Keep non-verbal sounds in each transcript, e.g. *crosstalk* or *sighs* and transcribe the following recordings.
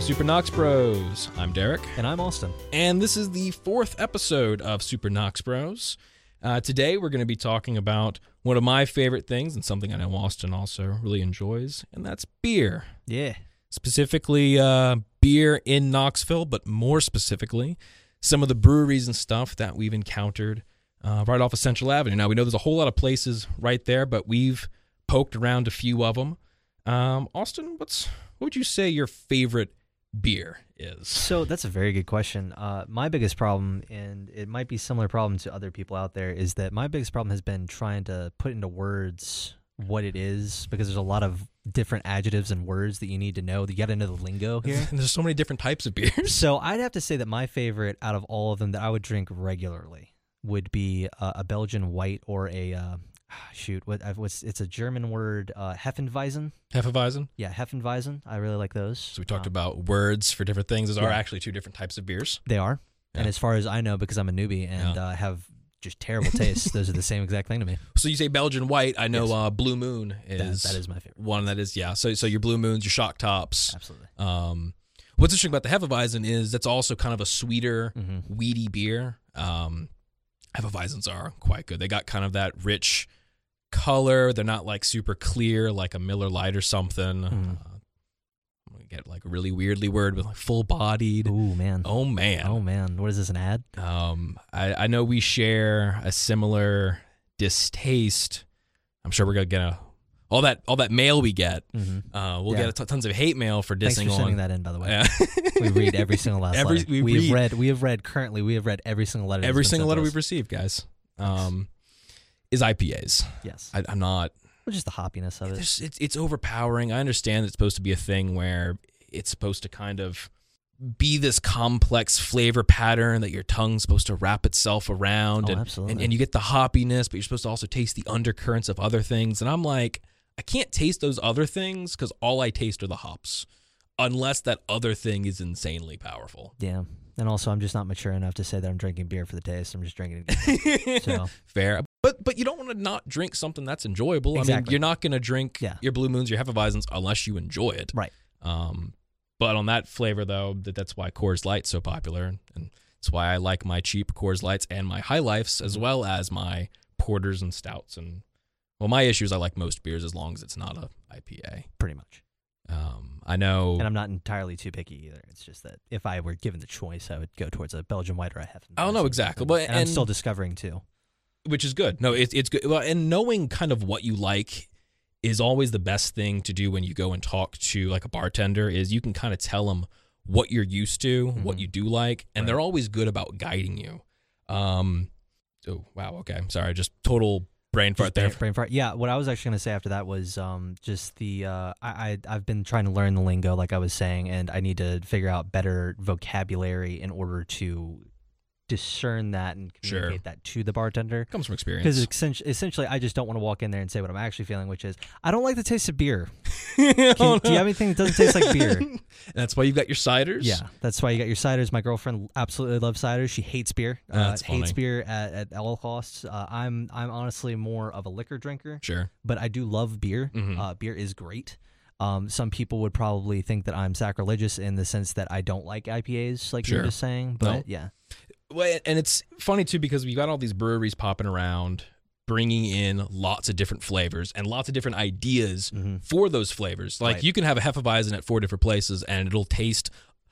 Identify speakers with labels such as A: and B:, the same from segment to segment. A: Super Knox Bros. I'm Derek,
B: And I'm Austin.
A: and this is the fourth episode of Super Knox Bros. Uh, today, we're going to be talking about one of my favorite things and something I know Austin also really enjoys, and that's beer.
B: Yeah.
A: Specifically, uh, beer in Knoxville, but more specifically, some of the breweries and stuff that we've encountered uh, right off of Central Avenue. Now, we know there's a whole lot of places right there, but we've poked around a few of them. Um, Austin, what's what would you say your favorite beer is?
B: So that's a very good question. Uh, my biggest problem, and it might be similar problem to other people out there, is that my biggest problem has been trying to put into words what it is because there's a lot of different adjectives and words that you need to know. that You got to know the lingo here.
A: And *laughs* there's so many different types of beers.
B: so I'd have to say that my favorite out of all of them that I would drink regularly would be uh, a Belgian white or a uh, *sighs* shoot. What I- what's it's a German word, uh, Heffenweizen.
A: *laughs* Hefeweizen.
B: Yeah, Heffenweizen. I really like those. Um,
A: So we talked about words for different things. Those are
B: yeah.
A: actually two different types of beers.
B: They are. And
A: Yeah.
B: as far as I know, because I'm a newbie and uh, have just terrible tastes, those are the same exact thing
A: *laughs*
B: to me.
A: So you say Belgian white. I know
B: Yes.
A: uh, Blue Moon
B: That,
A: is,
B: that is my favorite.
A: one that is yeah. So so your Blue Moons, your Shock Tops.
B: Absolutely.
A: Um, what's interesting about the Hefeweizen is that's also kind of a sweeter,
B: Mm-hmm.
A: weedy beer. Um, Hefeweizens are quite good. They got kind of that rich color. They're not like super clear like a Miller Lite or something.
B: Mhm.
A: Uh, I'm gonna get like a really weirdly word with like full bodied.
B: Ooh, man.
A: Oh man.
B: Oh, man. What is this, an ad?
A: Um, I, I know we share a similar distaste. I'm sure we're gonna get a, all that all that mail we get.
B: Mm-hmm.
A: Uh, we'll
B: Yeah.
A: get a t- tons of hate mail for
B: Thanks
A: dissing
B: for sending
A: on.
B: that in, by the way.
A: Yeah.
B: We
A: *laughs*
B: read every single last
A: Every-
B: letter.
A: we
B: have
A: read-
B: read. We have read currently. We have read every single letter. that's
A: every
B: been
A: single
B: sent
A: letter
B: to
A: we've received, guys. Um, is IPAs.
B: us. Yes.
A: I, I'm not.
B: Well, just the hoppiness of it.
A: There's, it's, it's overpowering. I understand it's supposed to be a thing where it's supposed to kind of be this complex flavor pattern that your tongue's supposed to wrap itself around.
B: Oh,
A: and,
B: absolutely.
A: And, and you get the hoppiness, but you're supposed to also taste the undercurrents of other things. And I'm like, I can't taste those other things because all I taste are the hops, unless that other thing is insanely *laughs* powerful.
B: Yeah. And also, I'm just not mature enough to say that I'm drinking beer for the taste. I'm just drinking
A: *laughs*
B: it. So,
A: Fair. But but you don't want to not drink something that's enjoyable. I mean,
B: Exactly.
A: you're not going to drink
B: Yeah.
A: your blue moons, your hefeweizens unless you enjoy it.
B: Right.
A: Um, but on that flavor though, that, that's why Coors Light's so popular, and that's why I like my cheap Coors Lights and my High Lifes as well as my porters and stouts. And well, my issue is I like most beers as long as it's not a IPA.
B: pretty much.
A: Um, I know.
B: And I'm not entirely too picky either. It's just that if I were given the choice, I would go towards a Belgian white or a Heffenweizen.
A: I don't know exactly, but-
B: and, I'm
A: and-
B: still discovering too.
A: which is good. No, it, it's good. Well, and knowing kind of what you like is always the best thing to do when you go and talk to like a bartender. Is you can kind of tell them what you're used to, what
B: Mhm.
A: you do like, and they're
B: Right.
A: always good about guiding you. Um. Oh wow. Okay. I'm sorry. Just total brain fart
B: Just brain-
A: there.
B: brain fart. Yeah, what I was actually gonna say after that was um, just the uh, I, I I've been trying to learn the lingo, like I was saying, and I need to figure out better vocabulary in order to discern that and
A: Sure.
B: communicate that to the bartender.
A: *laughs* Comes from
B: Because
A: experience.
B: essentially, essentially, I just don't want to walk in there and say what I'm actually feeling, which is I don't like the taste of beer.
A: *laughs* Oh,
B: Can, *laughs* do you have anything that doesn't taste like beer?
A: That's why you've got your ciders.
B: Yeah, that's why you got your ciders. My girlfriend absolutely loves ciders. She hates beer. Uh,
A: That's
B: hates
A: funny.
B: beer at, at all costs. Uh, I'm I'm honestly more of a liquor drinker,
A: Sure.
B: but I do love beer.
A: Mhm.
B: Uh, beer is great. Um, some people would probably think that I'm sacrilegious in the sense that I don't like IPAs, like you
A: Sure.
B: were just saying. But
A: No.
B: yeah,
A: Well, and it's funny too because we've got all these breweries popping around, bringing in lots of different flavors and lots of different ideas
B: Mhm.
A: for those flavors. Like
B: Right.
A: you can have a hefeweizen at four different places, and it'll taste.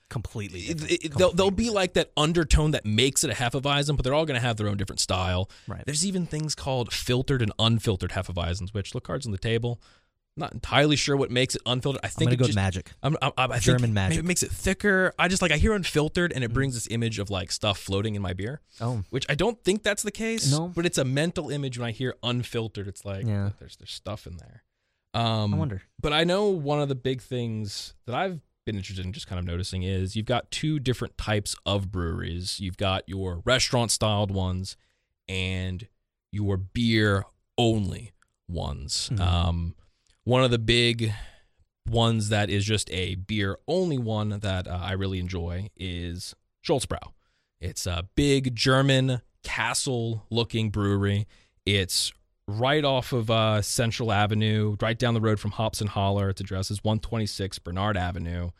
B: completely.
A: It,
B: different.
A: it- it- they'll, they'll be like that undertone that makes it a hefeweizen, but they're all going to have their own different style.
B: Right.
A: There's even things called filtered and unfiltered hefeweizens, which look cards on the table. Not entirely sure what makes it unfiltered. I
B: I'm
A: think
B: gonna
A: it
B: go with
A: just
B: magic.
A: I'm, I, I think
B: German
A: Maybe
B: magic.
A: it
B: Mm.
A: makes it thicker. I just like I hear unfiltered, and it brings this image of like stuff floating in my beer,
B: Oh,
A: which I don't think that's the case.
B: No.
A: but it's a mental image when I hear unfiltered. It's like
B: Yeah.
A: there's there's stuff in there. Um,
B: I wonder.
A: But I know one of the big things that I've been interested in just kind of noticing is you've got two different types of breweries. You've got your restaurant styled ones and your beer only ones.
B: Mhm.
A: Um, one of the big ones that is just a beer only one that uh, I really enjoy is Scholzbrau. It's a big German castle looking brewery. It's right off of uh, Central Avenue, right down the road from Hops and Holler. Its address is 126 Bernard Avenue.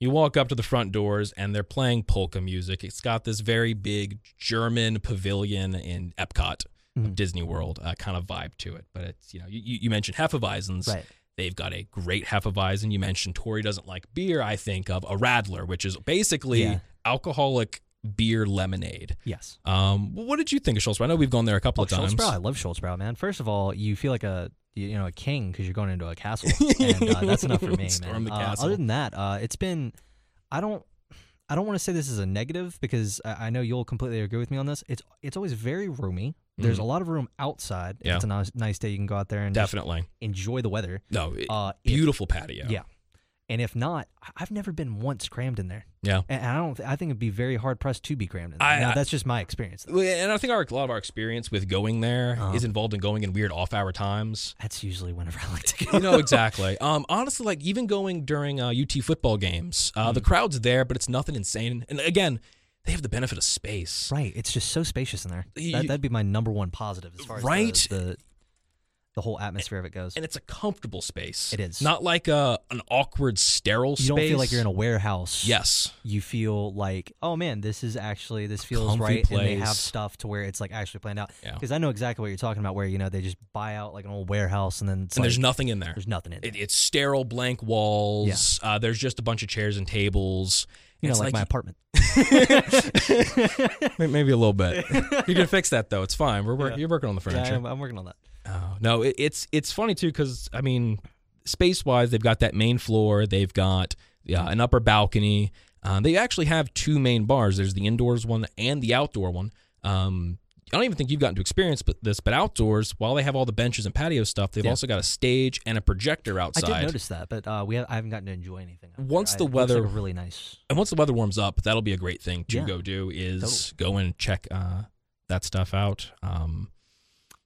A: You walk up to the front doors and they're playing polka music. It's got this very big German pavilion in Epcot,
B: Mhm.
A: Disney World, uh, kind of vibe to it. But it's, you know, you, you you mentioned Hefeweizens.
B: Right.
A: They've got a great Hefeweizen. You mentioned Tori doesn't like beer. I think of a Radler, which is basically
B: Yeah.
A: alcoholic beer lemonade.
B: Yes.
A: Um, what did you think of Schultz? I know we've gone there a couple
B: Oh,
A: of times.
B: Schultz Brow. I love Schultz Brow, man. First of all, you feel like a you you know a king because you're going into
A: *laughs*
B: a castle, and uh, that's enough for me,
A: Storm
B: man.
A: the
B: Uh,
A: castle.
B: other than that, uh, it's been I don't I don't want to say this is a negative because I, I know you'll completely agree with me on this. It's it's always very roomy. There's
A: Mhm.
B: a lot of room outside. If
A: Yeah.
B: It's a nice, nice day. You can go out there and just
A: Definitely.
B: enjoy the weather.
A: No, it-
B: Uh, if-
A: beautiful patio.
B: Yeah. and if not, I- I've never been once crammed in there.
A: Yeah.
B: And I don't. I think it'd be very hard pressed to be crammed in there.
A: I-
B: now,
A: I-
B: that's just my experience.
A: Well, And I think our, a lot of our experience with going there
B: Uh-huh.
A: is involved in going in weird off hour
B: *laughs*
A: times.
B: That's usually whenever I like to go.
A: You know, exactly. um, honestly, like even going during uh, UT football games, uh,
B: Mm-hmm.
A: the crowd's there, but it's nothing insane. And again, they have the benefit of space.
B: Right. It's just so spacious in there.
A: You-
B: That, that'd be my number one positive as far as the-
A: Right.
B: the, the, whole atmosphere of it goes.
A: And it's a comfortable space.
B: It is.
A: Not like a, an awkward, sterile
B: You
A: space.
B: don't feel like you're in a warehouse.
A: Yes.
B: You feel like, oh man, this is actually this feels
A: comfy
B: right, and they have
A: place.
B: stuff to where it's like actually planned out.
A: Yeah.
B: Because I know exactly what you're talking about, where you know they just buy out like an old warehouse and then it's
A: And
B: like,
A: there's nothing in there.
B: there's nothing in
A: It,
B: there.
A: it's sterile, blank walls. Uh, there's just a bunch of chairs and tables.
B: you know,
A: It's
B: like,
A: *laughs*
B: my apartment.
A: May- Maybe a little *laughs* bit. you can fix that though. It's fine. We're work-
B: Yeah.
A: you're working on the
B: Yeah,
A: furniture.
B: I'm, I'm working on that.
A: oh, no, it, it's it's funny too because I mean, space wise, they've got that main floor. They've got yeah, an upper balcony. Uh, they actually have two main bars. There's the indoors one and the outdoor one. Um, I don't even think you've gotten to experience but this, but outdoors, while they have all the benches and patio stuff, they've
B: Yeah.
A: also got a stage and a projector outside.
B: I did notice that, but uh, we have, I haven't gotten to enjoy anything. out there.
A: Once
B: I-
A: the
B: it looks like
A: weather-
B: a really nice.
A: and once the weather warms up, that'll be a great thing to
B: Yeah.
A: go do is go and check uh, that stuff out. Um,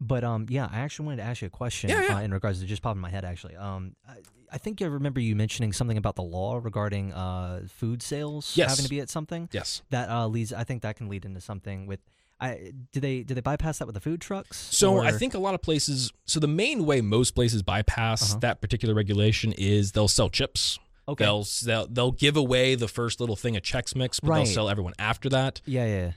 B: But um, yeah, I actually wanted to ask you a question
A: Yeah, yeah.
B: Uh, in regards to just popped in my head actually. Um, I, I think I remember you mentioning something about the law regarding uh food sales
A: Yes.
B: having to be at something
A: yes.
B: that uh leads. I think that can lead into something with. I do they do they bypass that with the food trucks?
A: So I
B: or-
A: think a lot of places. So the main way most places bypass
B: Uh-huh.
A: that particular regulation is they'll sell chips.
B: okay.
A: They'll, they'll they'll give away the first little thing of Chex Mix, but
B: Right.
A: they'll sell everyone after that.
B: Yeah, yeah, yeah.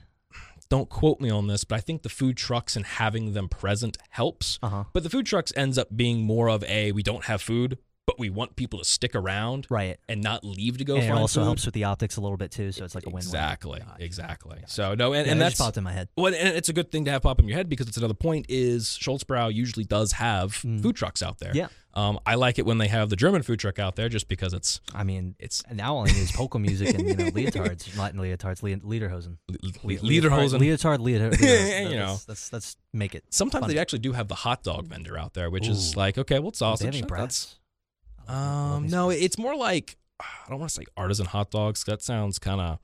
A: Don't quote me on this, but I think the food trucks and having them present helps.
B: Uh huh.
A: But the food trucks ends up being more of a we don't have food, but we want people to stick around
B: Right.
A: and not leave to go
B: and it
A: find
B: also
A: food.
B: helps with the optics a little bit too, so it's like a win-win.
A: Exactly,
B: Gotcha.
A: exactly. So no, and,
B: Yeah,
A: and
B: that just
A: that's
B: popped in my head.
A: well, and it's a good thing to have pop in your head because it's another point is Schultzbrow usually does have
B: Mm.
A: food trucks out there.
B: Yeah.
A: Um, I like it when they have the German food truck out there just because it's
B: I mean,
A: it's
B: And now all I need is polka music and you know leotards, not leotards, le- leaderhosen. Le-
A: Lederhosen.
B: leotard, leotard.
A: *laughs* You know.
B: let's, let's let's make it.
A: Sometimes
B: fun.
A: they actually do have the hot dog vendor out there, which is
B: Ooh.
A: like okay, well, it's
B: Do they have
A: sausage.
B: any
A: That's
B: brats? I love- love
A: um,
B: me some
A: no,
B: brats.
A: it's more like I don't want to say artisan hot dogs. That sounds kind of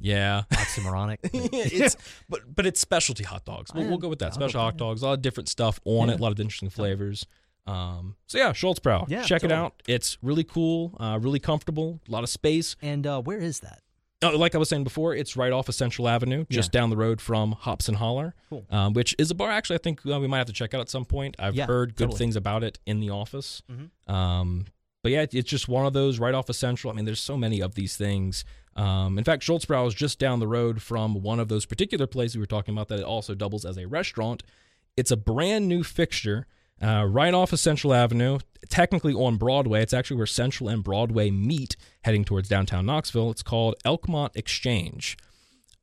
A: yeah.
B: *laughs* oxymoronic.
A: *laughs* it's but but it's specialty hot dogs. We'll,
B: I
A: we'll go with that.
B: am- I'll go
A: Special
B: with
A: hot
B: that.
A: dogs, a lot of different stuff on it, a lot of interesting flavors. Um, so yeah, Schultzbrow.
B: Yeah,
A: check it
B: totally.
A: out. It's really cool, uh, really comfortable, a lot of space.
B: and uh, where is that?
A: Oh, like I was saying before, it's right off of Central Avenue, just down the road from Hops and Holler,
B: Cool.
A: um, which is a bar. Actually, I think uh, we might have to check out at some point. I've
B: Yeah,
A: heard good
B: totally.
A: things about it in the office.
B: Mhm.
A: Um, but yeah, it- it's just one of those right off of Central. I mean, there's so many of these things. Um, in fact, Schultzbrow is just down the road from one of those particular places we were talking about that it also doubles as a restaurant. It's a brand new fixture uh, right off of Central Avenue, technically on Broadway. It's actually where Central and Broadway meet heading towards downtown Knoxville. It's called Elkmont Exchange.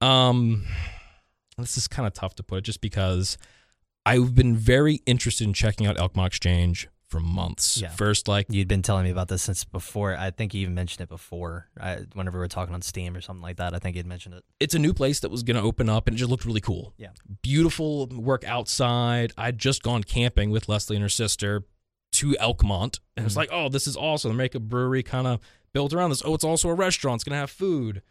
A: Um, this is kind of tough to put just because I've been very interested in checking out Elkmont Exchange for months.
B: Yeah.
A: First, like,
B: You'd been telling me about this since before. I think you even mentioned it before. I, whenever we were talking on Steam or something like that, I think you'd mentioned it.
A: it's a new place that was going to open up and it just looked really cool.
B: Yeah.
A: Beautiful work outside. I'd just gone camping with Leslie and her sister to Elkmont. And it's
B: Mhm.
A: like, oh, this is awesome. They make a brewery kind of built around this. Oh, it's also a restaurant. It's going to have food.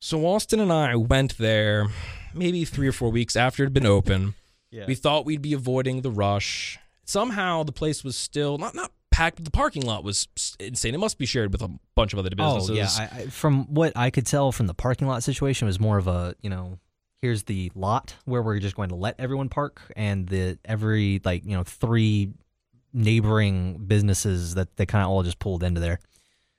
A: So Austin and I went there maybe three or four weeks after it had been open.
B: *laughs* Yeah.
A: We thought we'd be avoiding the rush. Somehow the place was still not not packed, but the parking lot was s- insane. It must be shared with a bunch of other businesses.
B: Oh yeah. I, I, from what I could tell from the parking lot situation, it was more of a you know, here's the lot where we're just going to let everyone park, and the every like you know three neighboring businesses that they kind of all just pulled into there.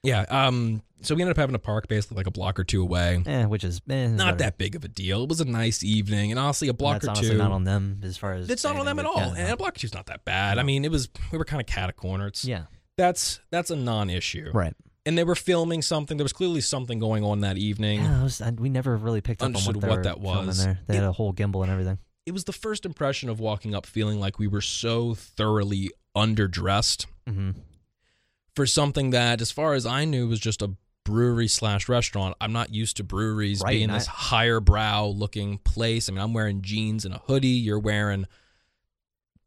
A: Yeah, um, so we ended up having to park basically like a block or two away.
B: Eh, which is eh, it's
A: Not
B: whatever.
A: that big of a deal. It was a nice evening, and honestly, a block
B: That's
A: or
B: honestly
A: two.
B: not on them as far as
A: it's not on them at
B: anything,
A: all,
B: but yeah,
A: and
B: no.
A: a block or two's not that bad. I mean, it was we were kind of cat a corner. It's
B: yeah,
A: that's that's a non-issue,
B: right.
A: And they were filming something. There was clearly something going on that evening.
B: Yeah, that was, and we never really picked up on
A: Understood
B: what, they
A: what
B: were
A: that
B: filming
A: was.
B: There. They had a whole gimbal and everything.
A: It was the first impression of walking up feeling like we were so thoroughly underdressed
B: hmm
A: for something that, as far as I knew, was just a brewery slash restaurant. I'm not used to breweries
B: Right,
A: being
B: and I-
A: this higher brow looking place. I mean, I'm wearing jeans and a hoodie. You're wearing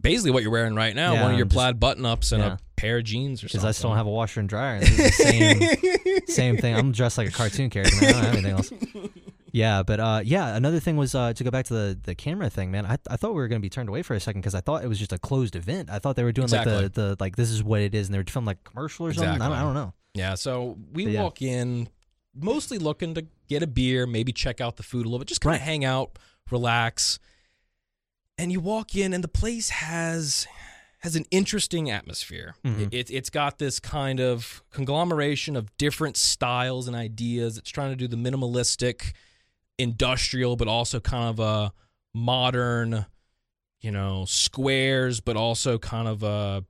A: basically what you're wearing right now,
B: Yeah,
A: one of your
B: I'm just-
A: plaid button ups and
B: yeah.
A: a pair of jeans or
B: Because
A: something.
B: I still don't have a washer and dryer. This is the
A: *laughs*
B: same same thing. I'm dressed like a cartoon character. Man. I don't have anything else.
A: *laughs*
B: Yeah, but uh, yeah. Another thing was uh, to go back to the, the camera thing, man. I, I thought we were gonna be turned away for a second because I thought it was just a closed event. I thought they were doing
A: Exactly.
B: like the, the like this is what it is, and they were filming like a commercial or something. I, don't, I
A: Exactly.
B: don't know.
A: Yeah, so we
B: But yeah.
A: walk in mostly looking to get a beer, maybe check out the food a little bit, just kind of hang out, relax. And you walk in and the place has has an interesting atmosphere.
B: Mhm.
A: It, it's got this kind of conglomeration of different styles and ideas. It's trying to do the minimalistic, industrial, but also kind of a modern, you know, squares, but also kind of a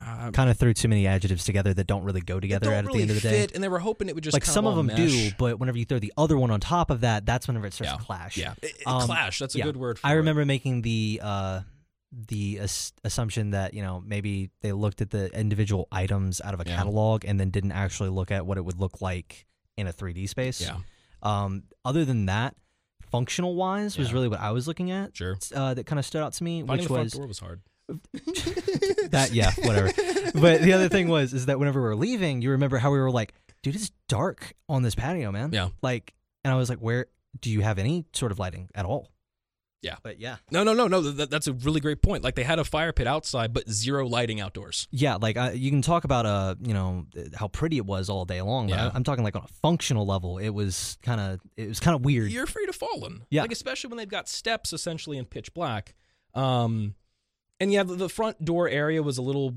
A: uh,
B: Kind of threw too many adjectives together that don't really go together
A: don't
B: at
A: really
B: the end of the day.
A: fit, and they were hoping it would just
B: Like
A: kind
B: some of
A: all
B: them do,
A: mesh.
B: but whenever you throw the other one on top of that, that's whenever it starts
A: Yeah.
B: to clash.
A: Yeah, It- it-
B: Um,
A: clash. That's a
B: yeah.
A: good word. for
B: I
A: it.
B: remember making the uh, the as- assumption that you know maybe they looked at the individual items out of a
A: Yeah.
B: catalog and then didn't actually look at what it would look like in a 3D space.
A: Yeah,
B: Um, other than that, functional wise was
A: Yeah.
B: really what I was looking at.
A: sure.
B: Uh, that kind of stood out to me,
A: Finding
B: which
A: the front
B: was
A: door was hard.
B: *laughs* that yeah, whatever. but the other thing was is that whenever we were leaving, you remember how we were like, dude, it's dark on this patio, man.
A: Yeah.
B: Like, and I was like, where do you have any sort of lighting at all?
A: Yeah.
B: But yeah.
A: *laughs* No, no, no, no. That, that's a really great point. Like they had a fire pit outside, but zero lighting outdoors.
B: Yeah, like uh, you can talk about uh, you know, uh, how pretty it was all day long, but
A: Yeah.
B: I, am talking like on a functional level, it was kind of it was kind of weird.
A: You're afraid of falling.
B: Yeah.
A: like especially when they've got steps essentially in pitch black. Um, and yeah, the, the front door area was a little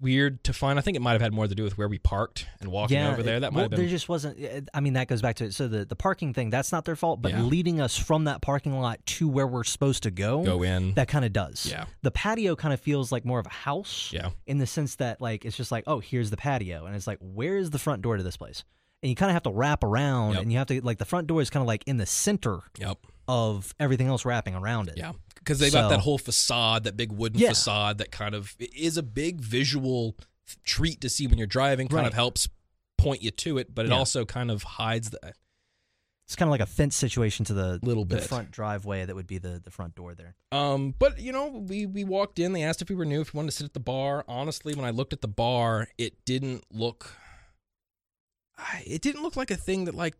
A: weird to find. I think it might have had more to do with where we parked and walking
B: yeah,
A: over
B: it-
A: there. That might
B: well,
A: have been
B: there just wasn't. it- I mean, that goes back to it. So the the parking thing, that's not their fault, but
A: Yeah.
B: leading us from that parking lot to where we're supposed to go,
A: go in.
B: that kind of does.
A: Yeah.
B: the patio kind of feels like more of a house.
A: Yeah.
B: in the sense that like it's just like oh here's the patio and it's like where is the front door to this place, and you kind of have to wrap around
A: Yep.
B: and you have to like the front door is kind of like in the center
A: Yep.
B: of everything else wrapping around it.
A: Yeah, because they've got
B: So-
A: that whole facade, that big wooden
B: Yeah.
A: facade, that kind of it is a big visual treat to see when you're driving. Kind of
B: Right.
A: helps point you to it, but it
B: Yeah.
A: also kind of hides that
B: It's kind of like a fence situation to the
A: little
B: the
A: bit.
B: front driveway that would be the, the front door there.
A: Um, but you know, we we walked in. They asked if we were new, if we wanted to sit at the bar. Honestly, when I looked at the bar, it didn't look. I- It didn't look like a thing that like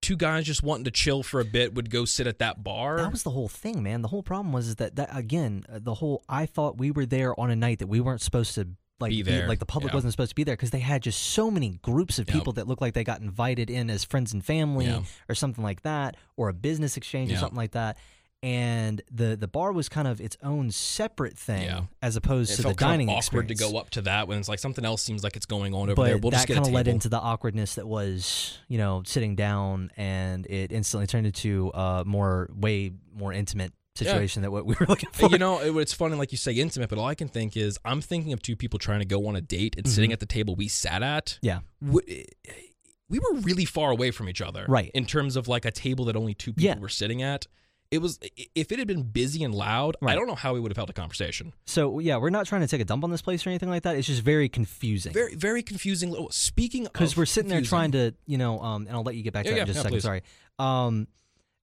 A: two guys just wanting to chill for a bit would go sit at that bar.
B: That was the whole thing, man. The whole problem was is that that again, uh, the whole I thought we were there on a night that we weren't supposed to like
A: Be there,
B: like the public
A: yeah.
B: wasn't supposed to be there because they had just so many groups of
A: Yep.
B: people that looked like they got invited in as friends and family
A: Yeah.
B: or something like that or a business exchange or
A: Yeah.
B: something like that. And the the bar was kind of its own separate thing
A: Yeah.
B: as opposed
A: it
B: to
A: felt
B: the dining
A: kind of awkward
B: experience.
A: to go up to that when it's like something else seems like it's going on over
B: but
A: there. We'll
B: that
A: just get a
B: kinda
A: table.
B: led into the awkwardness that was you know sitting down and it instantly turned into a more way more intimate situation than what we *laughs* were looking for
A: You know, it, it's funny, like you say, intimate, but all I can think is I'm thinking of two people trying to go on a date and sitting at the table we sat at.
B: Mm-hmm. yeah
A: We, we were really far away from each other.
B: Right.
A: In terms of like a table that only two people
B: Yeah.
A: were sitting at. It was, i- if it had been busy and loud, I
B: Right.
A: don't know how we would have held a conversation.
B: so yeah we're not trying to take a dump on this place or anything like that it's just very confusing
A: Very, very confusing. Oh, Speaking of.
B: because we're sitting there
A: confusing,
B: trying to you know um and i'll let you get back to
A: Yeah,
B: that
A: yeah,
B: in just
A: no,
B: a
A: please.
B: second sorry um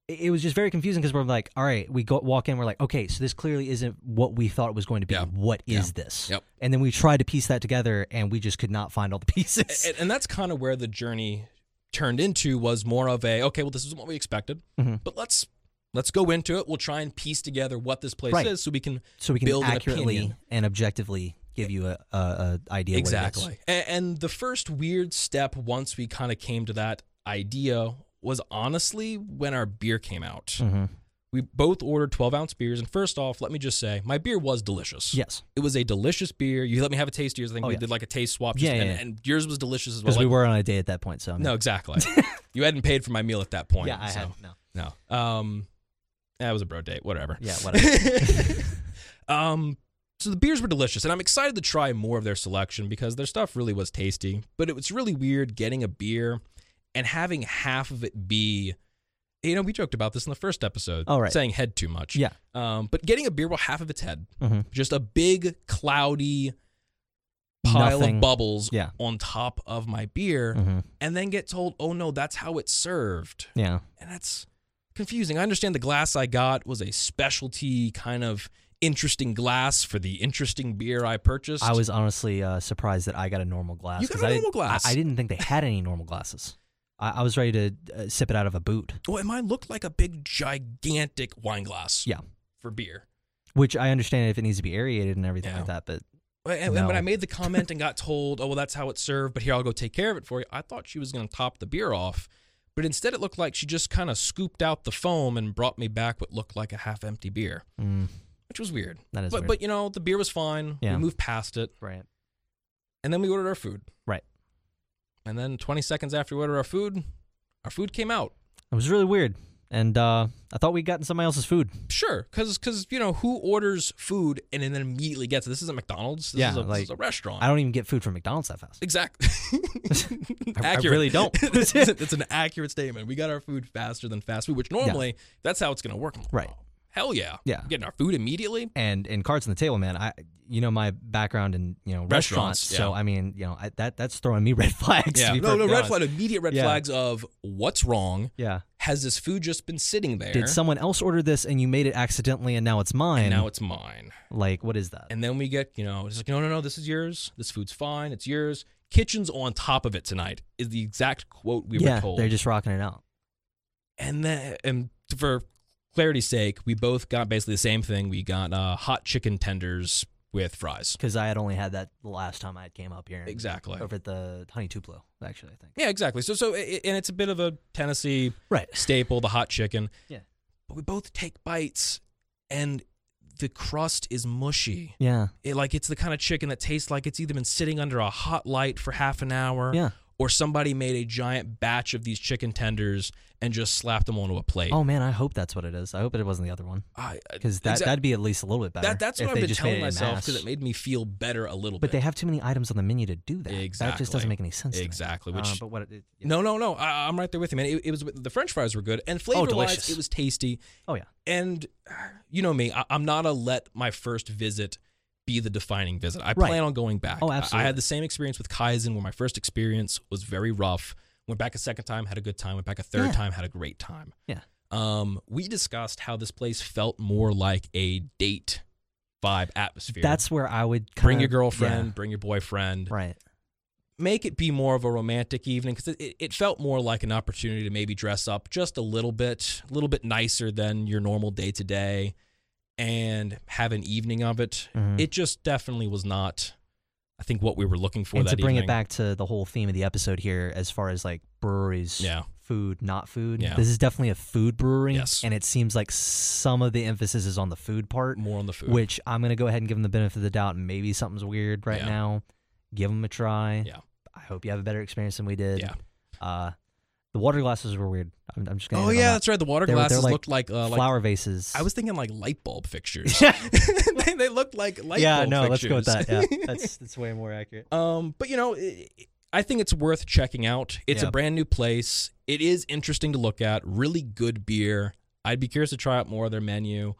B: it it was just very confusing because we're like, all right, we go walk in, we're like, okay, so this clearly isn't what we thought it was going to be.
A: Yeah.
B: What is
A: Yeah.
B: this?
A: Yep.
B: And then we tried to piece that together, and we just could not find all the *laughs* pieces.
A: and, and that's kind of where the journey turned into was more of a okay well this is what we expected
B: Mhm.
A: but let's let's go into it we'll try and piece together what this place
B: Right.
A: is so we can
B: so we can
A: build an
B: accurately
A: opinion.
B: and objectively give you a, a, a idea of what it is.
A: exactly and, and the first weird step once we kind of came to that idea was honestly when our beer came out
B: Mhm.
A: We both ordered 12 ounce beers. And first off, let me just say, my beer was delicious.
B: Yes,
A: It was a delicious beer. You let me have a taste of yours. I think
B: Oh,
A: we
B: yes.
A: did like a taste swap. just-
B: Yeah, yeah,
A: and,
B: yeah.
A: and yours was delicious as well.
B: because we
A: Like-
B: were on a date at that point. So I mean,
A: no, exactly. you hadn't paid for my meal at that point.
B: *laughs* yeah, I
A: so,
B: had no.
A: No. Um, that was a bro date. Whatever.
B: Yeah,
A: *laughs*
B: whatever.
A: Um, so the beers were delicious, and I'm excited to try more of their selection because their stuff really was tasty. But it was really weird getting a beer and having half of it be, you know, we joked about this in the first episode,
B: Oh, right.
A: saying head too much.
B: Yeah.
A: Um, but getting a beer while half of its head,
B: Mhm.
A: just a big cloudy pile
B: Nothing.
A: of bubbles
B: Yeah.
A: on top of my beer,
B: Mhm.
A: and then get told, "Oh no, that's how it's served."
B: Yeah.
A: and that's confusing. I understand the glass I got was a specialty kind of interesting glass for the interesting beer I purchased.
B: I was honestly uh, surprised that I got a normal glass.
A: You got
B: 'cause
A: a
B: I didn't-
A: normal glass.
B: I, I didn't think they had any normal glasses. I, I was ready to uh, sip it out of a boot,
A: well, and mine looked like a big gigantic wine glass.
B: Yeah.
A: for beer.
B: which I understand if it needs to be aerated and everything like
A: Yeah.
B: that. But
A: And- And, when
B: No.
A: I made the comment and got told, "Oh well, that's how it's served," but here I'll go take care of it for you. I thought she was going to top the beer off, but instead it looked like she just kind of scooped out the foam and brought me back what looked like a half-empty beer,
B: mm,
A: which was weird.
B: that is
A: but
B: weird.
A: but you know the beer was fine.
B: Yeah.
A: We moved past it.
B: right.
A: and then we ordered our food.
B: Right.
A: And then 20 seconds after we ordered our food, our food came out.
B: It was really weird, and uh, I thought we'd gotten somebody else's food.
A: Sure, because you know who orders food and then immediately gets it. This isn't McDonald's. This
B: Yeah,
A: is a,
B: like,
A: this is a restaurant.
B: I don't even get food from McDonald's that
A: *laughs*
B: fast. *laughs*
A: exactly.
B: I
A: *laughs*
B: really don't.
A: it's, it's an accurate statement. We got our food faster than fast food, which normally that's how it's going to work. I'm like,
B: Right.
A: "Oh, hell yeah.
B: Yeah.
A: Getting our food immediately.
B: And in cards on the table, man. I, you know, my background in you know
A: Restaurants,
B: restaurants. So
A: yeah.
B: I mean, you know, I, that that's throwing me *laughs* red flags. to be
A: No, no
B: perfectly
A: red
B: honest.
A: flag. Immediate red
B: Yeah.
A: flags of what's wrong.
B: Yeah.
A: Has this food just been sitting there?
B: Did someone else order this and you made it accidentally and now it's mine?
A: now it's mine.
B: like, what is that?
A: And then we get, you know, it's like, no, no, no, this is yours. This food's fine. It's yours. Kitchen's on top of it tonight is the exact quote we
B: yeah,
A: were told.
B: they're just rocking it out.
A: and then, and for clarity's sake, we both got basically the same thing. We got uh, hot chicken tenders with fries.
B: Because I had only had that the last time I came up here. and-
A: Exactly.
B: Over at the Honey Tupelo, actually, I think.
A: Yeah, exactly. So, so, i- and it's a bit of a Tennessee
B: Right.
A: staple, the hot chicken.
B: Yeah.
A: But we both take bites, and the crust is mushy.
B: Yeah.
A: It, like it's the kind of chicken that tastes like it's either been sitting under a hot light for half an hour.
B: Yeah.
A: or somebody made a giant batch of these chicken tenders and just slapped them onto a plate.
B: Oh, man, I hope that's what it is. I hope it wasn't the other one.
A: I- I-
B: Because that,
A: exact-
B: that'd be at least a little bit better.
A: that- that's
B: if
A: what I've
B: they
A: been
B: just made
A: telling
B: it en
A: myself
B: masse.
A: because it made me feel better a little
B: But they
A: bit.
B: have too many items on the menu to do that. That just
A: Exactly.
B: doesn't make any sense. to me.
A: Exactly,
B: Um,
A: which-
B: but what? It, yeah.
A: no, no, no. I, I'm right there with you, man. It, it was the French fries were good and flavor wise,
B: Oh, delicious.
A: it was tasty.
B: Oh yeah.
A: And uh, you know me, I, I'm not a let my first visit be the defining visit. I plan on going back.
B: Oh,
A: I- I,
B: absolutely.
A: had the same experience with Kaizen where my first experience was very rough. Went back a second time, had a good time. Went back a third
B: Yeah.
A: time, had a great time.
B: Yeah.
A: Um, we discussed how this place felt more like a date vibe atmosphere.
B: That's where I would kind
A: bring your girlfriend, bring your boyfriend,
B: Right.
A: make it be more of a romantic evening because it, it felt more like an opportunity to maybe dress up just a little bit, a little bit nicer than your normal day to day and have an evening of it.
B: Mhm.
A: It just definitely was not, I think, what we were looking for
B: and
A: that
B: to bring
A: evening.
B: it back to the whole theme of the episode here as far as like breweries
A: Yeah.
B: food not food
A: Yeah.
B: this is definitely a food brewery
A: Yes.
B: and it seems like some of the emphasis is on the food part
A: more on the food.
B: which i'm going to go ahead and give them the benefit of the doubt maybe something's weird right
A: Yeah.
B: now give them a try
A: Yeah.
B: i hope you have a better experience than we did
A: Yeah.
B: uh, the water glasses were weird i'm, I'm just going to
A: oh, yeah, that's right. The water
B: They were- they were
A: glasses
B: like
A: looked like, uh, like
B: flower vases *laughs*
A: I was thinking like light bulb fixtures. *laughs* they, they looked like light
B: yeah
A: bulb
B: no let's
A: fixtures.
B: go with that yeah
A: *laughs*
B: that's that's way more accurate
A: Um, but you know, i I think it's worth checking out. It's
B: Yeah.
A: a brand new place. It is interesting to look at. Really good beer. I'd be curious to try out more of their menu.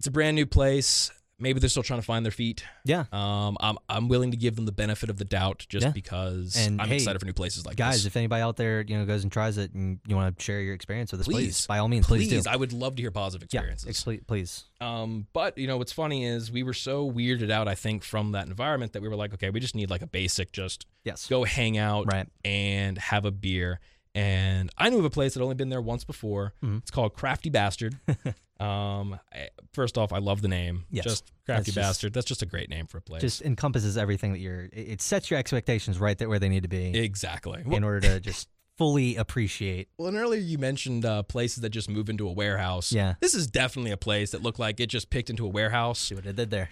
A: It's a brand new place. Maybe they're still trying to find their feet.
B: yeah
A: Um, I'm I'm willing to give them the benefit of the doubt just
B: Yeah.
A: because
B: And
A: I'm
B: hey,
A: excited for new places like
B: guys,
A: this.
B: if anybody out there you know goes and tries it and you want to share your experience with us, please,
A: Please.
B: by all means, please, do.
A: I would love to hear positive
B: yeah,
A: experiences.
B: expli- please.
A: Um, but you know what's funny is we were so weirded out. I think from that environment that we were like, okay, we just need like a basic, just
B: Yes.
A: go hang out,
B: Right.
A: and have a beer. And I knew of a place that only been there once before.
B: Mhm.
A: It's called Crafty
B: *laughs*
A: Bastard. um, I, first off, I love the name.
B: Yes.
A: Just Crafty
B: That's just-
A: Bastard. That's just a great name for a place.
B: Just encompasses everything that you're. It it sets your expectations right there where they need to be
A: exactly. Well,
B: in order to just fully appreciate.
A: *laughs* Well, and earlier you mentioned uh, places that just move into a warehouse.
B: Yeah.
A: This is definitely a place that looked like it just picked into a warehouse,
B: See what I did there.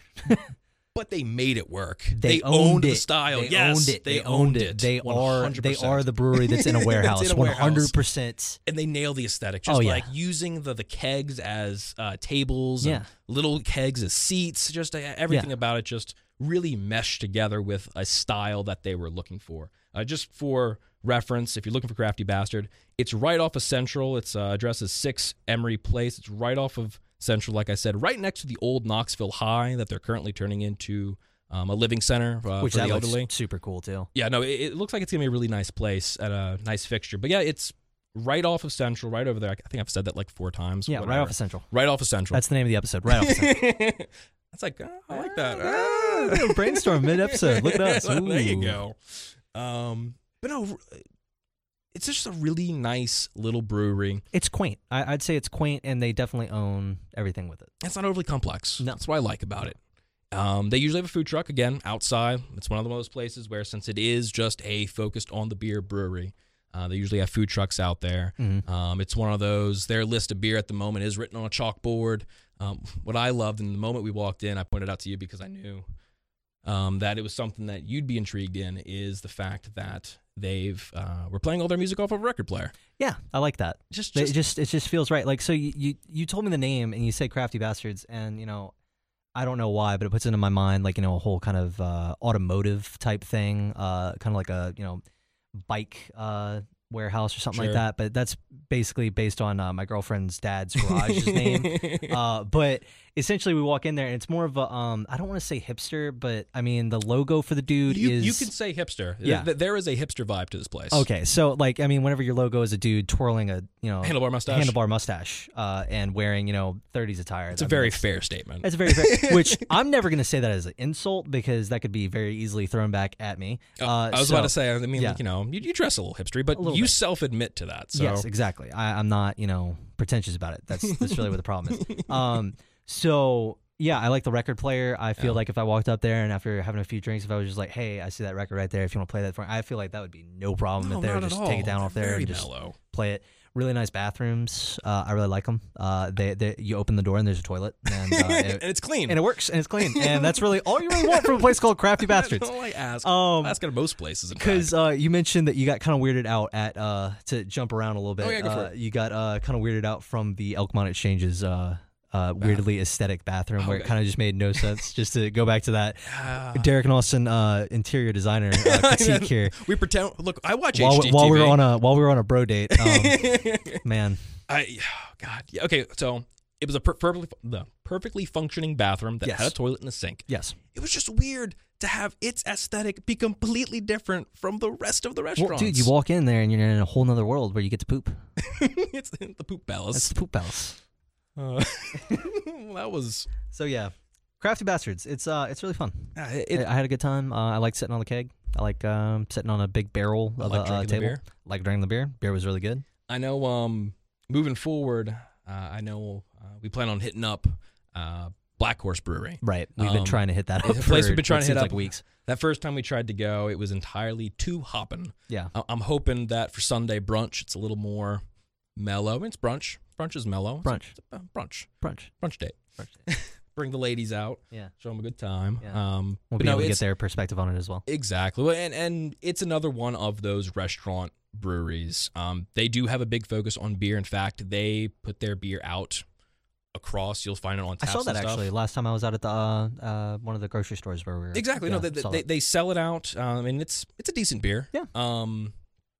A: but they made it work.
B: They,
A: owned,
B: it.
A: the style.
B: They
A: yes,
B: owned it.
A: They, owned it.
B: They are they
A: 100%.
B: are the brewery that's in
A: *laughs* That's
B: a
A: in a
B: warehouse. One
A: warehouse.
B: hundred percent.
A: and they nail the aesthetic. Just
B: Oh, yeah.
A: like using the the kegs as uh, tables,
B: Yeah.
A: and little kegs as seats. Just uh, everything about it just really meshed together with a style that they were looking for. Uh, just for reference, if you're looking for Crafty Bastard, it's right off of Central. Its uh, address is Six Emery Place. It's right off of Central, like I said, right next to the old Knoxville High that they're currently turning into um, a living center uh,
B: Which
A: for
B: that
A: the
B: looks
A: elderly.
B: super cool too.
A: Yeah, no, it, it looks like it's gonna be a really nice place and a nice fixture. But yeah, it's right off of Central, right over there. I think I've said that like four times.
B: Yeah, right
A: whatever.
B: off of Central.
A: right off of Central.
B: That's the name of the episode. Right
A: *laughs*
B: off. Of Central.
A: That's like oh, I like that. Ah.
B: little brainstorm
A: *laughs*
B: mid-episode. Look at us.
A: there you
B: Ooh.
A: go. Um, but no, it's just a really nice little brewery.
B: It's quaint. I, I'd say it's quaint, and they definitely own everything with it.
A: It's not overly complex.
B: No.
A: That's what I like about it. Um, they usually have a food truck again outside. It's one of those places where, since it is just a focused on the beer brewery, uh, they usually have food trucks out there.
B: Mm-hmm.
A: Um, it's one of those. Their list of beer at the moment is written on a chalkboard. Um, what I loved, and the moment we walked in, I pointed out to you because I knew um, that it was something that you'd be intrigued in. Is the fact that they've uh, we're playing all their music off of a record player.
B: Yeah, I like that.
A: Just,
B: They-
A: just
B: it just it just feels right. Like so you, you you told me the name and you said crafty bastards and you know I don't know why, but it puts into my mind like you know a whole kind of uh, automotive type thing, uh, kind of like a you know bike uh, warehouse or something
A: Sure.
B: like that. But that's basically based on uh, my girlfriend's *laughs* dad's garage's name.
A: *laughs*
B: *laughs* Uh, but essentially, we walk in there and it's more of a um, I don't want to say hipster, but I mean the logo for the dude
A: you,
B: is
A: you can say hipster.
B: Yeah.
A: Th- there is a hipster vibe to this place.
B: okay. So like I mean, whenever your logo is a dude twirling a you know
A: handlebar mustache.
B: handlebar mustache uh, and wearing you know 30s attire.
A: It's a very fair statement.
B: That's very
A: *laughs*
B: fair. Which I'm never going to say that as an insult because that could be very easily thrown back at me.
A: Uh,
B: Uh,
A: I was
B: so-
A: about to say. I mean,
B: yeah.
A: like, you know, you, you dress a little hipstery, but
B: A little
A: you
B: bit.
A: self admit to that. So
B: Yes, exactly. I, I'm not you know pretentious about it. That's that's really what the problem
A: *laughs*
B: is. Um, so yeah, I like the record player. I feel
A: Yeah.
B: like if I walked up there and after having a few drinks, if I was just like, hey, I see that record right there. If you want to play that for me, I feel like that would be no problem
A: no,
B: if they
A: not
B: would
A: at
B: just
A: all.
B: take it down off
A: They're
B: there
A: Very
B: and just
A: mellow.
B: play it. Really nice bathrooms. Uh, I really like them. Uh, they, they you open the door and there's a toilet
A: *laughs*
B: and uh, it,
A: and it's clean.
B: and it works and it's clean and that's really all you really want from a place called Crafty
A: *laughs*
B: Bastards.
A: That's all I ask.
B: Um,
A: I ask at most places. in fact.
B: Because uh, you mentioned that you got kind of weirded out at uh, to jump around a little bit.
A: Oh, yeah, go for
B: uh, You got uh, kind of weirded out from the Elkmont Exchange's uh, uh, weirdly aesthetic bathroom where it
A: Okay.
B: kind of just made no sense. just to go back
A: *laughs*
B: to that,
A: Ah.
B: Derek and Austin, uh, interior designer
A: *laughs*
B: uh, critique here.
A: *sighs* we pretend. Look, I watch
B: While,
A: HGTV.
B: while we were on a while we were on a bro date,
A: *laughs*
B: um, man,
A: I, *sighs* oh, God. Yeah, okay, so it was a per- perfectly the perfectly functioning bathroom that
B: Yes.
A: had a toilet and a sink.
B: yes,
A: It was just weird to have its aesthetic be completely different from the rest of the
B: well,
A: restaurants.
B: dude, you walk in there and you're in a whole nother world where you get to poop.
A: *laughs* it's the poop
B: That's
A: palace.
B: the poop house.
A: Uh, *laughs* that was
B: So yeah, crafty bastards. It's uh, it's really fun.
A: uh, it,
B: I, I had a good time. Uh, I like sitting on the keg. I like um, sitting on a big barrel
A: I
B: of
A: like
B: a uh,
A: drinking the
B: table.
A: beer.
B: Like drinking the beer. Beer was really good.
A: I know. Um, moving forward, uh, I know uh, we plan on hitting up uh, Black Horse Brewery.
B: Right. We've
A: Um,
B: been trying to hit that. Up
A: it's a place
B: for
A: we've been trying
B: it
A: to hit
B: seems
A: up.
B: like weeks.
A: That first time we tried to go, it was entirely too hopping.
B: Yeah.
A: I- I'm hoping that for Sunday brunch, it's a little more mellow. It's brunch. Brunch is mellow.
B: Brunch.
A: It's a, uh, brunch.
B: Brunch.
A: Brunch date.
B: Brunch.
A: Bring the ladies out.
B: Yeah.
A: Show them a good time.
B: Yeah.
A: Um,
B: We'll
A: but
B: be
A: no,
B: able to
A: it's-
B: get their perspective on it as well.
A: Exactly. Well, And and it's another one of those restaurant breweries. Um, they do have a big focus on beer. In fact, they put their beer out across. You'll find it on.
B: I
A: Taps
B: saw that
A: and stuff.
B: actually last time I was out at the uh, uh, one of the grocery stores where we were.
A: Exactly. no,
B: Yeah,
A: they,
B: saw
A: they,
B: that.
A: they sell it out, um, and it's it's a decent beer.
B: Yeah.
A: Um,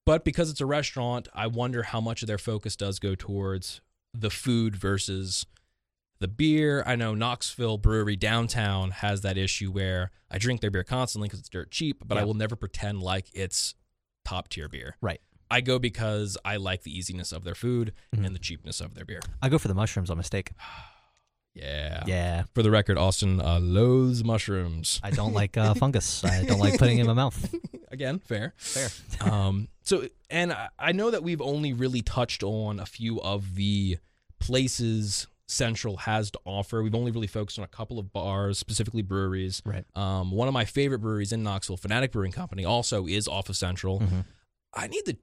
A: but because it's a restaurant, I wonder how much of their focus does go towards the food versus the beer. I know Knoxville Brewery downtown has that issue where I drink their beer constantly because it's dirt cheap, but I
B: Yeah.
A: will never pretend like it's top tier beer.
B: Right.
A: I go because I like the easiness of their food
B: Mhm.
A: and the cheapness of their beer.
B: I go for the mushrooms on mistake.
A: Yeah.
B: Yeah.
A: For the record, Austin uh, loathes mushrooms.
B: I don't
A: *laughs*
B: like uh, fungus. I don't like putting it in my mouth.
A: Again, *laughs* fair.
B: *laughs* Fair.
A: um so and I- i know that we've only really touched on a few of the places central has to offer we've only really focused on a couple of bars specifically breweries
B: Right.
A: um one of my
B: Hmm. Mm-hmm.
A: favorite breweries in knoxville fanatic brewing company also is off of central
B: Mhm.
A: i need to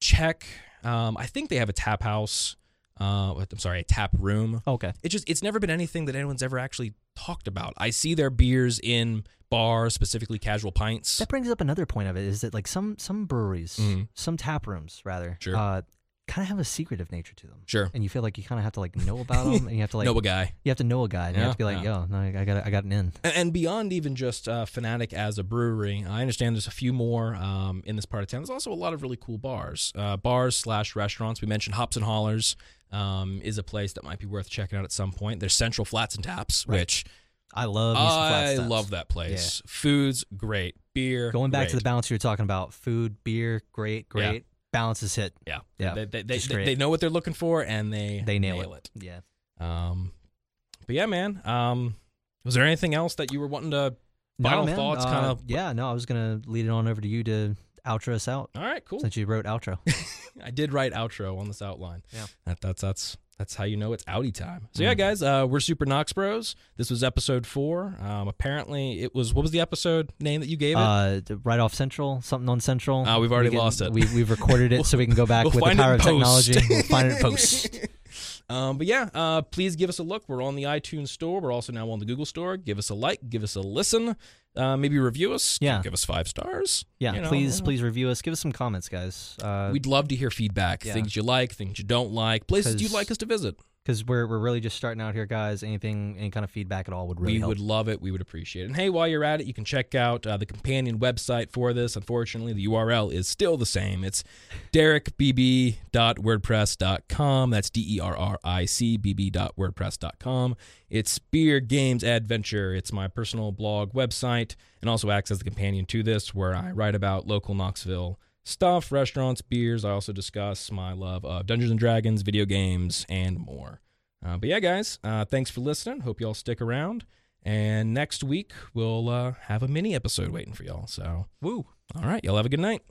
A: check. Um, I think they have a tap house. Uh, I'm sorry, a tap room.
B: Okay.
A: It just it's never been anything that anyone's ever actually talked about. I see their beers in bars, specifically casual pints.
B: That brings up another point of it is that like some some breweries,
A: Mhm.
B: some tap rooms rather,
A: Sure.
B: uh, kind of have a secretive nature to them.
A: Sure.
B: And you feel like you kind of have to like know about them, and you
A: *laughs*
B: have to like
A: know a guy.
B: you have to know a guy, and you have to be
A: Yeah,
B: like, yo, no, I I got I got an in.
A: And- And beyond even just uh, Fanatic as a brewery, I understand there's a few more um, in this part of town. There's also a lot of really cool bars, uh, bars slash restaurants. We mentioned Hops and Hollers um, is a place that might be worth checking out at some point. There's Central Flats and Taps,
B: Right.
A: which
B: I love. me some flat
A: I
B: stops.
A: love that place. Food's great, beer
B: Going back to
A: great.
B: the balance you were talking about, food, beer, great,
A: Yeah.
B: great. Balance is hit.
A: yeah
B: Yeah,
A: They, they, they,
B: just
A: they,
B: great.
A: they know what they're looking for and they
B: They nail,
A: it.
B: it. Yeah.
A: Um, but yeah, man. Um, was there anything else that you were wanting to? Final
B: no, man,
A: thoughts,
B: uh,
A: kind of.
B: Yeah, no, I was gonna lead it on over to you to outro us out
A: All right, cool.
B: since you wrote outro.
A: I did write outro on this outline.
B: Yeah. Mm.
A: That, that's that's that's how you know it's outie time. So yeah, guys, uh, we're Super Knox Bros. This was episode four. Um, apparently it was what was the episode name that you gave it?
B: Uh, d- right off Central, something on Central.
A: Ah, we've already
B: We can-
A: lost it.
B: We, we've recorded it so
A: *laughs*
B: we can go back
A: We'll
B: with the
A: find it
B: power of
A: in post.
B: technology.
A: *laughs*
B: We'll find it in post.
A: um, but yeah, uh, please give us a look. We're on the iTunes store. We're also now on the Google store. Give us a like. Give us a listen. Uh, maybe review us.
B: Yeah.
A: Give us five stars.
B: Yeah,
A: You know,
B: please,
A: uh,
B: please review us. Give us some comments, guys, because
A: We'd love to hear feedback.
B: Uh, Yeah.
A: Things you like, things you don't like, places
B: 'Cause
A: you'd like us to visit.
B: we're we're really just starting out here, guys. Anything, any kind of feedback at all would really
A: we
B: help.
A: would love it. We would appreciate it. And hey, while you're at it, you can check out uh, the companion website for this. Unfortunately, the URL is still the same. It's derekbb.wordpress.com. That's D E R R I C B B dot wordpress.com. It's beer, games, adventure. It's my personal blog website and also acts as the companion to this, where I write about local Knoxville stuff, restaurants, beers. I also discuss my love of Dungeons and Dragons, video games, and more. Uh, but yeah, guys, uh, thanks for listening. Hope y'all stick around. And next week, we'll uh, have a mini episode waiting for y'all. So,
B: Woo.
A: all right, y'all have a good night.